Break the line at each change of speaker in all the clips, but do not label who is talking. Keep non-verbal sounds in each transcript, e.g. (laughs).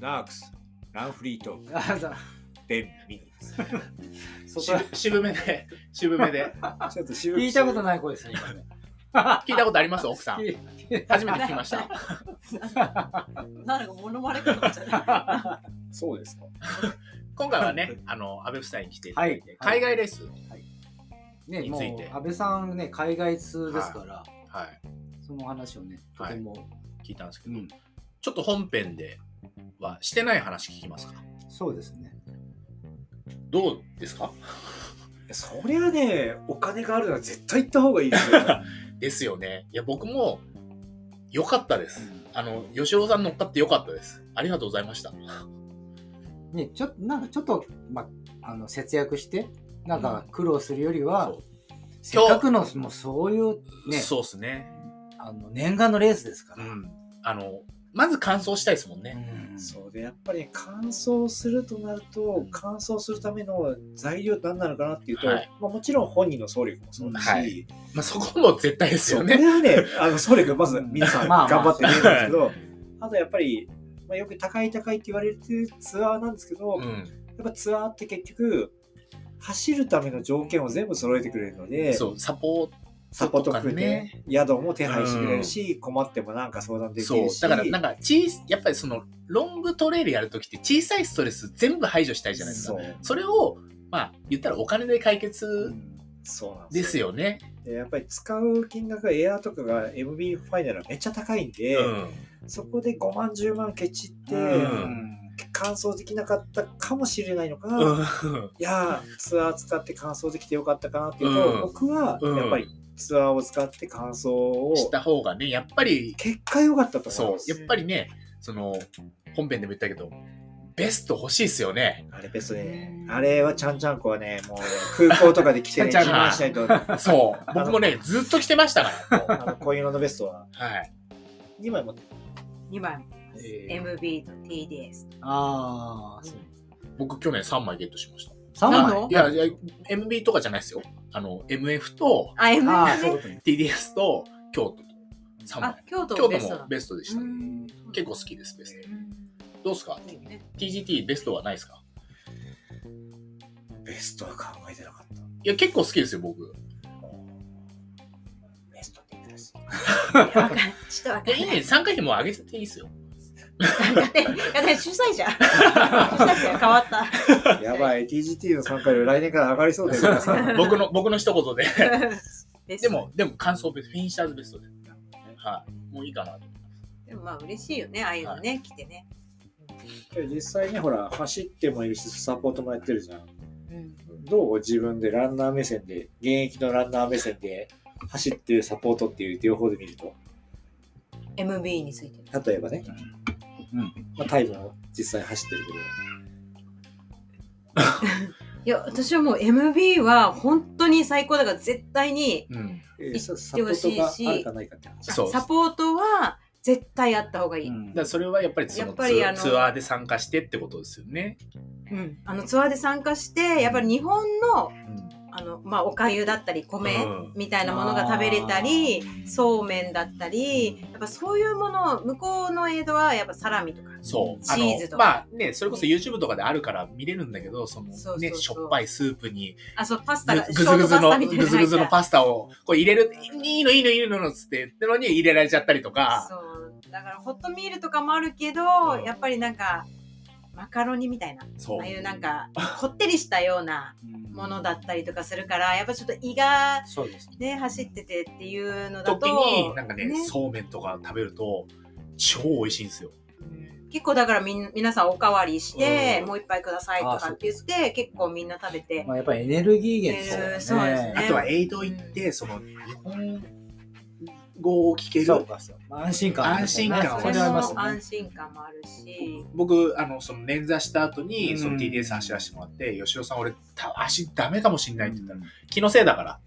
ダークス、ランフリート、
あだ
デンミニッツ。
そこ
渋渋めで、渋めで。
ちょっと渋
(laughs) 聞いたこと
ない。
ない声ですね、今
(laughs)
ね。
聞いたことあります奥さん。
聞い
初めて聞きました。
(laughs)
誰かモノマネかと思っちゃった
そうですか。
今回はね、あの、安倍夫妻に来ていただいて、
はい
海外レッスン。
ね、
に
も
つ
う
いて
安倍さんね、海外通ですから、
はい。
その話をね、とても、
聞いたんですけ
う
ど、
ん、
ちょっと本編ではしてない話聞きますか
そうですね。
どうですか
そりゃね、お金があるなら絶対行った方がいいですよ。
ですよね。いや、僕も、良かったです。あの、吉尾さん乗っかって良かったです。ありがとうございました。
ね、ちょっと、なんかちょっと、ま、あの節約して、なんか苦労するよりは、
そう
せっかくの、もうそういうね、
そうですね。
あの念願のレースですか
う
ら。
ん。あの、まず感想したいですもんね。
うん
(laughs) そうでやっぱり乾燥するとなると乾燥するための材料って何なのかなっていうと、
はい
まあ、もちろん本人の総力もそうだし、
はいまあ、そこも絶対です
そ
よ
うこれ
ね。
はねあの総力がまず皆さん
まあまあ
頑張ってるんですけど、あとやっぱり、まあ、よく高い高いって言われてるツアーなんですけど、
う
や
ん。
っぱツアーって結局走るための条件を全部揃えてくれるので
そう、サポー
サポートくれて、ね、宿も手配してくれるし、困ってもなんか相談
ト。
でき
そう
るし。
だからなんか小さやっぱりそのロングトレイルやるときって小さいストレス全部排除したいじゃないですか
そう
それをまあ言ったらお金で解決
うんそうなんですよ
ですよね、
でやっぱり使う金額がエアーとかが MB ファイナルはめっちゃ高いんで、
うん
そこで5万10万ケチって、
うん
完走できなかったかもしれないのかな、い
うん、
やーツアー使って完走できてよかったかなっていうと、
うん
僕は
うん
やっぱりツアーを使って完走を
した方がねやっぱり
結果良かったと思い
そ
ま
う
す
やっぱりねその本編でも言ったけどベスト欲しいですよね
あれベストねあれはちゃんちゃんこはねもうね空港とかで来てね
ちゃん
自
ちゃんこ
慢しないと
そう僕もねずっと着てましたからもう
あの紺色のベストは
はい、
2枚持って
2番、MB と TDS。
ああ、そう。
僕去年3枚ゲットしました
三
な
枚
の
いやいや MB とかじゃないですよあの MF と
あ、MB
ああ、そういう
ね。
ことね。
TDS と京都と3
あ
枚、
京都
京
ベ
都
ストな
も
の
ベストでした、
う
ね
ん
結構好きですベスト
うん
どうですか
いいね
TGT ベストはないですか
ベストは考えてなかった
いや結構好きですよ僕
ベストって言ってたし
わかんないちょっとわ
い
か
や
ん
いい
ない。
ね参加費も上げちゃっていいで
(laughs)
すよ
だって、いやだって主催者。主 (laughs) 催者が変わった。
やばい、TGT の参加料来年から上がりそうだよ。
僕の僕の一言で
で
で、もでも感想ベストフィニッシャーズベストではいもういいかなと
でもまあ嬉しいよね、ああいうのね、来てね。
(laughs) 実際ね、ほら、走ってもいるし、サポートもやってるじゃん。
うん
どう自分でランナー目線で、現役のランナー目線で、走ってるサポートっていう両方で見ると、
MB について。
例えばね、
うん
まあ、タイムも実際走ってるけ
いや、私はもう MB は本当に最高だから絶対に、
うん
ど、えーさサポートがあるかないかって話。
そう
サポートは絶対あった方がいい。
だからそれはやっぱりそ
や
の
っ
ツ
ぱりあの
ツアーで参加してってことですよね、
うんあのツアーで参加して、やっぱり日本の
うん
あの、まあ、おかゆだったり、米
うん
みたいなものが食べれたり、そうめんだったり、やっぱそういうもの、向こうのエイドはやっぱサラミとか。
そう
チーズと
あの
か
まあねそれこそ YouTube とかであるから見れるんだけどそのね
そうそうそう
しょっぱいスープに
あ、そう、パスタ
ぐ
が、
ぐずぐず
ショートパス
の
タみたいな
ぐ
の
ず
入
ぐ
っ
ず
た
のパスタをこう入れるいいのいいのいいのいいのっつって言ってのに入れられちゃったりとか
そうだからホットミールとかもあるけど、
うん
やっぱりなんかマカロニみたいな
そう
ああいうなんかこってりしたようなものだったりとかするからやっぱちょっと胃が
そうですね。
ね走っててっていうのだと
時になんかねそうめんとか食べると超美味しいんですよ
うん結構だからみん皆さんおかわりして、
うん
もう一杯くださいとかって言って結構みんな食べて、
まあやっぱりエネルギー源
そうで
ですすよ
ね
あ
ね。
とはエイド行ってその日本語を聞け
そう
る
かそうまあ安心感あるんですよね。
安心感は
それ
それはあります
の
よね。
安心感もあるし、
僕あのその捻挫した後にその
うん
TDS 走らせてもらって吉尾さん俺た足ダメかもしんないって言ったら気のせいだから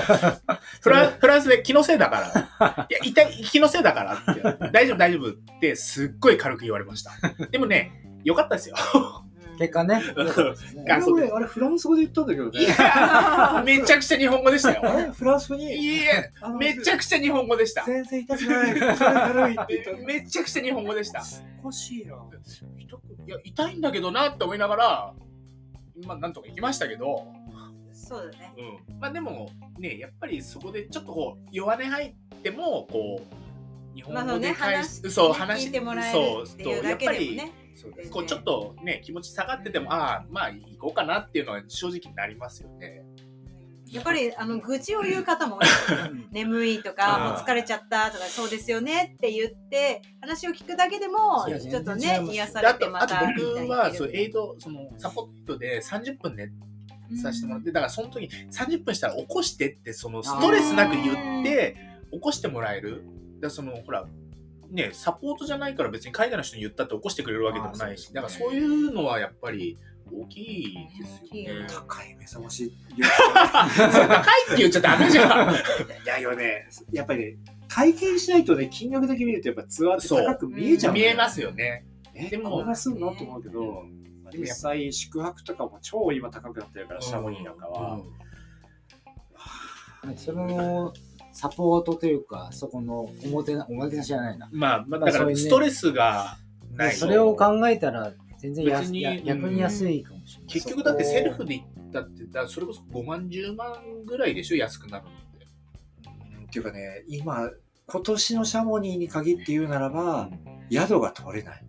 フランフランスで気のせいだ
(laughs)
から。いや、痛い、気のせいだからって。大丈夫、大丈夫って、すっごい軽く言われました。でもね、よかったですよ。
うん
結果ね。
うん
よかったですね
感想
俺、あれフランス語で言ったんだけど
い
ね。
やめちゃくちゃ日本語でした
あ
よ。
れフランス語に、
いやめちゃ
く
くちゃ日本語でした。
全然痛くない。それ軽いって言った
めちゃくちゃ日本語でした。
おかしいな。
いや痛いんだけどなって思いながら、まあなんとか行きましたけど、
(laughs) そうだね。
うん、まあでもねやっぱりそこでちょっとこう弱音入ってもこう日
まあ
本
そ
語
うね
で返
話
し、そう
聞いてもらえる
そう
っていう
そうや
だ
っ
け
ぱ
でも
り
ね。
そう
全然
こうちょっとね気持ち下がっててもああまあ行こうかなっていうのは正直になりますよね。
やっぱりあの愚痴を言う方も多い (laughs) 眠いと
あ
か
ー
もう疲れちゃったとかそうですよねって言って話を聞くだけでも
そう
ちょっと
全然違い
ね
ます
癒さ
であ
れて
と
ま
あと
たみたい
僕
な
はそうエイドそのサポートで30分寝させてもらってだからその時30分したら起こしてってそのストレスなく言って起こしてもらえるだからそのほらねサポートじゃないから別に海外の人に言ったって起こしてくれるわけでもないし
あー
だから
そ
そうう
で
いうのはやっぱり大きいです
大きい
よ
よ
ね
ね。
高い目覚まし。
高いって言っちゃダメじゃん。
いや、よね、やっぱりね、会見しないとね、金額だけ見ると、やっぱツアーって高く見えちゃうの
見
よ。
えますよね。
え
でも
こんなすんのと思うけど、まあ実際宿泊とかも超今高くなってるから、シャモニーなんかは。
ねそのサポートというか、そこのおもてな、おもてなしじゃないな。
まあ、まあだからストレスがない。
それを考えたら、全然や
別に
や逆に安いかもしれない。
結局だってセルフで行ったってだからそれこそ5万10万ぐらいでしょ安くなるのって。
うんっていうかね、今、今年のシャモニーに限って言うならば、宿が取れない。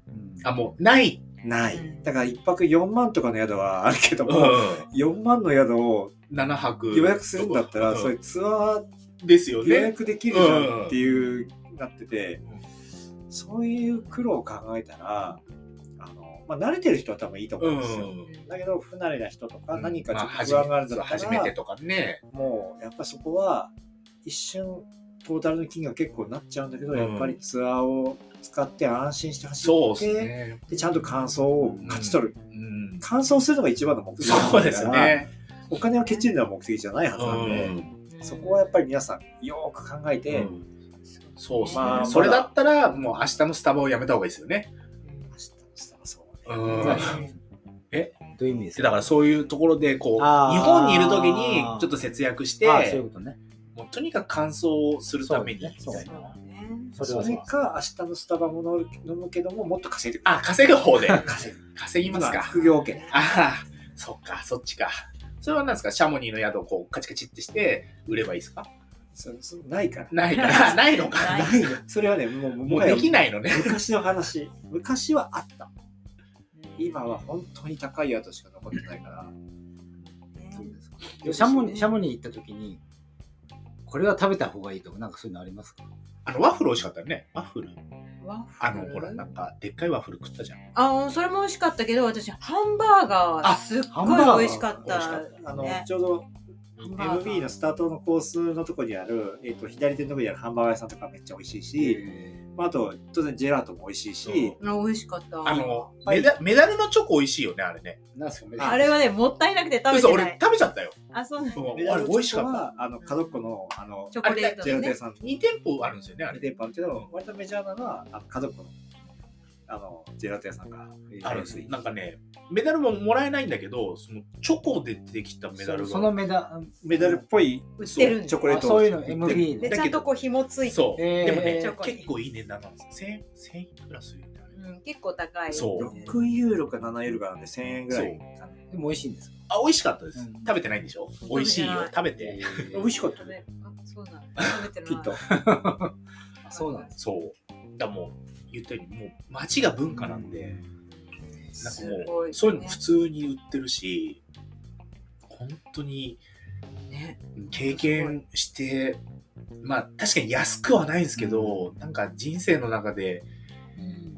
あ、もう、ない。
な
う
い
ん。
だから一泊4万とかの宿はあるけど
う
も、4万の宿を
7泊。
予約するんだったら、
うん
そういうツアー
ですよ
予
ね。
約できるじゃんっていう、なってて、そういう苦労を考えたら、あの、まあ、慣れてる人は多分いいと思
う
うん
ん
ですよ。。だけど不慣れな人とか何かちょっ
まあ
と不安があるんだったら、
初めてとかね。
もうやっぱそこは一瞬トータルの金が結構なっちゃうんだけど、やっぱりツアーを使って安心して走
そう
っ
で
て
すね。
でちゃんと感想を勝ち取る、
うん。
感想するのが一番の目的なんだか
そう
ら
ですね。
お金をケチるのは目的じゃないはずなんで、そこはやっぱり皆さんよーく考えて、
うんそうです
まあ
ね。それだったら、もう明日のスタバをやめた方がいいですよね。
明日のスターそう
う
ね、
ん。え
どういう意味です
で
か
だからそういうところで、こう、日
あー
本にいる時にちょっと節約して、
ああそういうことね。
もうとにかく乾燥をするために。
そうですね
そうね
それ
そ
は
れか明日のスタバも飲むけどももっと稼いでくれ
あ、稼ぐ方 (laughs) で。
稼ぐ
稼ぎます
今
か。
副業 OK
ああ、そっか、そっちか。それは何ですかシャモニーの宿をこうカチカチってして売ればいいですか
そそないから
ない (laughs) か。ないのか。
ない
ないよそれはねもう
も
も
う
はや
できないのね。
昔の話昔はあった今は本当に高い宿しか残ってないから
シャモニーシャモニー行った時に、これは食べた方がいいとか、なんかそういうのありますか
あの、ワッフル美味しかったよね。ワッフル。
ワッフル
あの、ほら、なんか、でっかいワッフル食ったじゃん。
あそれも美味しかったけど私ハンバーガー
あ
すっ
ハンバーガ
ご
ー
い美味しかっ
美味したかったあの、
ね
ちょうど
ハンバーガー
MB のスタートのコースのとこにある、えっと左手のとこにあるハンバーガー屋さんとかめっちゃ美味しいし、まあ、あと当然ジェラートも美味しいし、
あ美味しかった
あの、
はい
メダメダルのチョコ美味しいよね、あれね。
なんですか
あ
あれはねもったいなくて食べ
嘘、
てな
俺
い
食べちゃったよ。
あそうなんだ
うん
メ
あ
ダ
れ
ル
美味しかった。
あの角っこのあの
チョコレート
ジェ
の
ラート屋
ね
さん
2店舗あるんですよね、あ
2
れ。
店舗あるけど割とメジャーなのはあの角っこのあのジェラート屋さんが
あるんですよ。なんかね、メダルももらえないんだけど、そのチョコでできたメダルが。
そのメダル、
メダルっぽい
売ってるん
チョ
だ
コレート
あそういうの
売ってる
MB
で
で。
ちゃんとこう紐ついて
そう。
えー
でもね
チョ、コに
結構いい値段なんですよ。1000円いくらするよね、あれ。
うん結構高い
そう
6ユーロか7ユーロかなんで1000円ぐらいかな
でも美味しいんですか
あ、美味しかったです。
うん
食べてないんでしょ美味しいよ。食べて。
美味しかった
食べ
ね
あそうなんだ食べて
き
る
っと
あそうなんです
す
そう。だからもう、言ったように、もう街が文化なんで、なんか
す
も
ご
う、
い
そういうの普通に売ってるし、本当に
ね
経験して、まあ確かに安くはないんですけど、なんか人生の中で、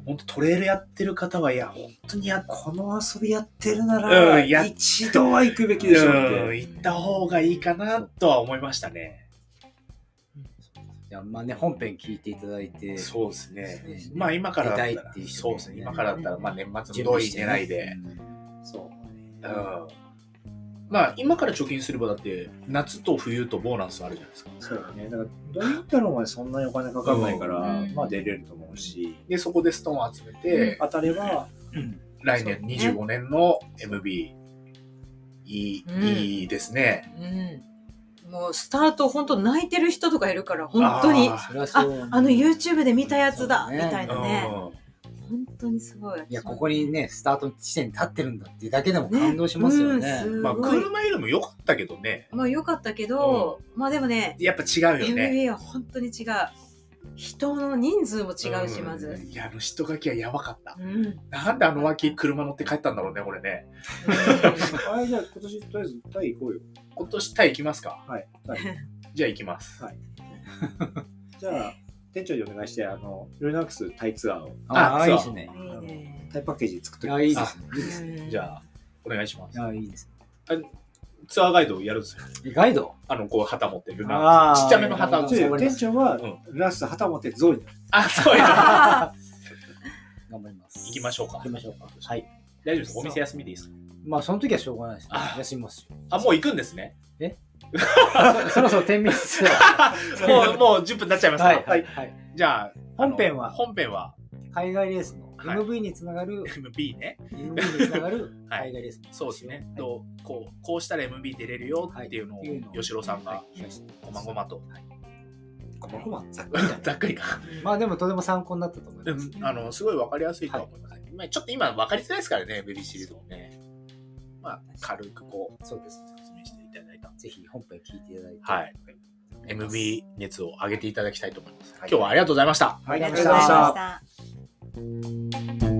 本当トレイルやってる方は、いや、本当にやっ
この遊びやってるなら、
うんやっ
一度は行くべきでしょ
う
っ
ん
て。
行った方がいいかなとは思いましたね。
じゃあ、まあね、本編聞いていただいて、
そうです
そうで
ね
すね。
まあ今からだった
出たい
ら
っていう、人
そう
ね
ですね。今からだったら、まあ年末
準
のどう
備
い
してね
狙いで。
そう
うんまあ今から貯金すればだって夏と冬とボーナスあるじゃないですか。
そうだね。だから、どういったのまでそんなにお金かかんないから
う、ん
まあ出れると思うし、
でそこでストーン集めて、
当たれば、
来年25年の MB。いい、
うん
いいですね。
うん、もうスタート本当泣いてる人とかいるから本当に
あ
あ
それはそう
の YouTube で見たやつだ、
そうね
みたいなね
うん
本当にすごい
いやここにねスタート地点に立ってるんだっていうだけでも感動しますよね。
うんす
まあ、
ごい
車よりも良かったけどね。
まあ良かったけど、まあでもね
やっぱ違うよね。
MBA は本当に違う人の人数も違うし
ん
まず、
いや、あの人書きはやばかった
う。んうん、
なんであの脇車乗って帰ったんだろうね、これね。
あじゃあ今年とりあえずタイ行こうよ。
今年タイ行きますか
はい。タイ
じゃあ行きます。
はいじゃあ、店長にお願いして、あの、ルナックスタイツアーを、
ああ
あ
い
そう
いですね。
(laughs)
いいね
タイパッケージ作っ
い
とき
や
ます
いいですね。いいですね。
うん
じゃあ、お願いします
い。やいいです
ツアーガイドをやるんですよ。
ね。ガイド
あの、こう旗持ってる
あ
な。
ー
ちっちゃめの旗
あ
を。
ちょ店長は、
うん
ルナックス旗持ってゾウに。
あ、そうや。
(laughs)
頑張ります。
行きましょうか
行きましょうか。はい。
大丈夫です。お店休みでいいですか
まあその時はしょうがないですね
あ。
休みますよ。
あ、もう行くんですね。
そろそろ天秤ですよ
(laughs)
(laughs)
もう、もう10分経っちゃいました。
はいはいはい。
じゃあ、あの
本編は
本編は
海外レースの
はい
MV につながる、
MB ね。
MV につながる
(laughs) はい
海外レースの話を
そうですね。
はい
とこう、こうしたら MB 出れるよっていうの
はいっていうのを
を、吉郎さんが、こまごまと、
ごま
(laughs)
ごま、ざっくりだね
ざっくりか。
まあでもとても参考になったと思い
で
ま
も
す、ね。
あの、すごいわかりやすいとは思いますね。まあちょっと今わかりづらいですからね、MB シリーズもね。まあ、軽くこう、
そうです。
説明していただいた。
ぜひ本編聞いていただいて。
はい。MB 熱を上げていただきたいと思います。今日はありがとうございました。
はい
ありが
あ
と
りがとうご
うござい
ざいま
まし
したた。
た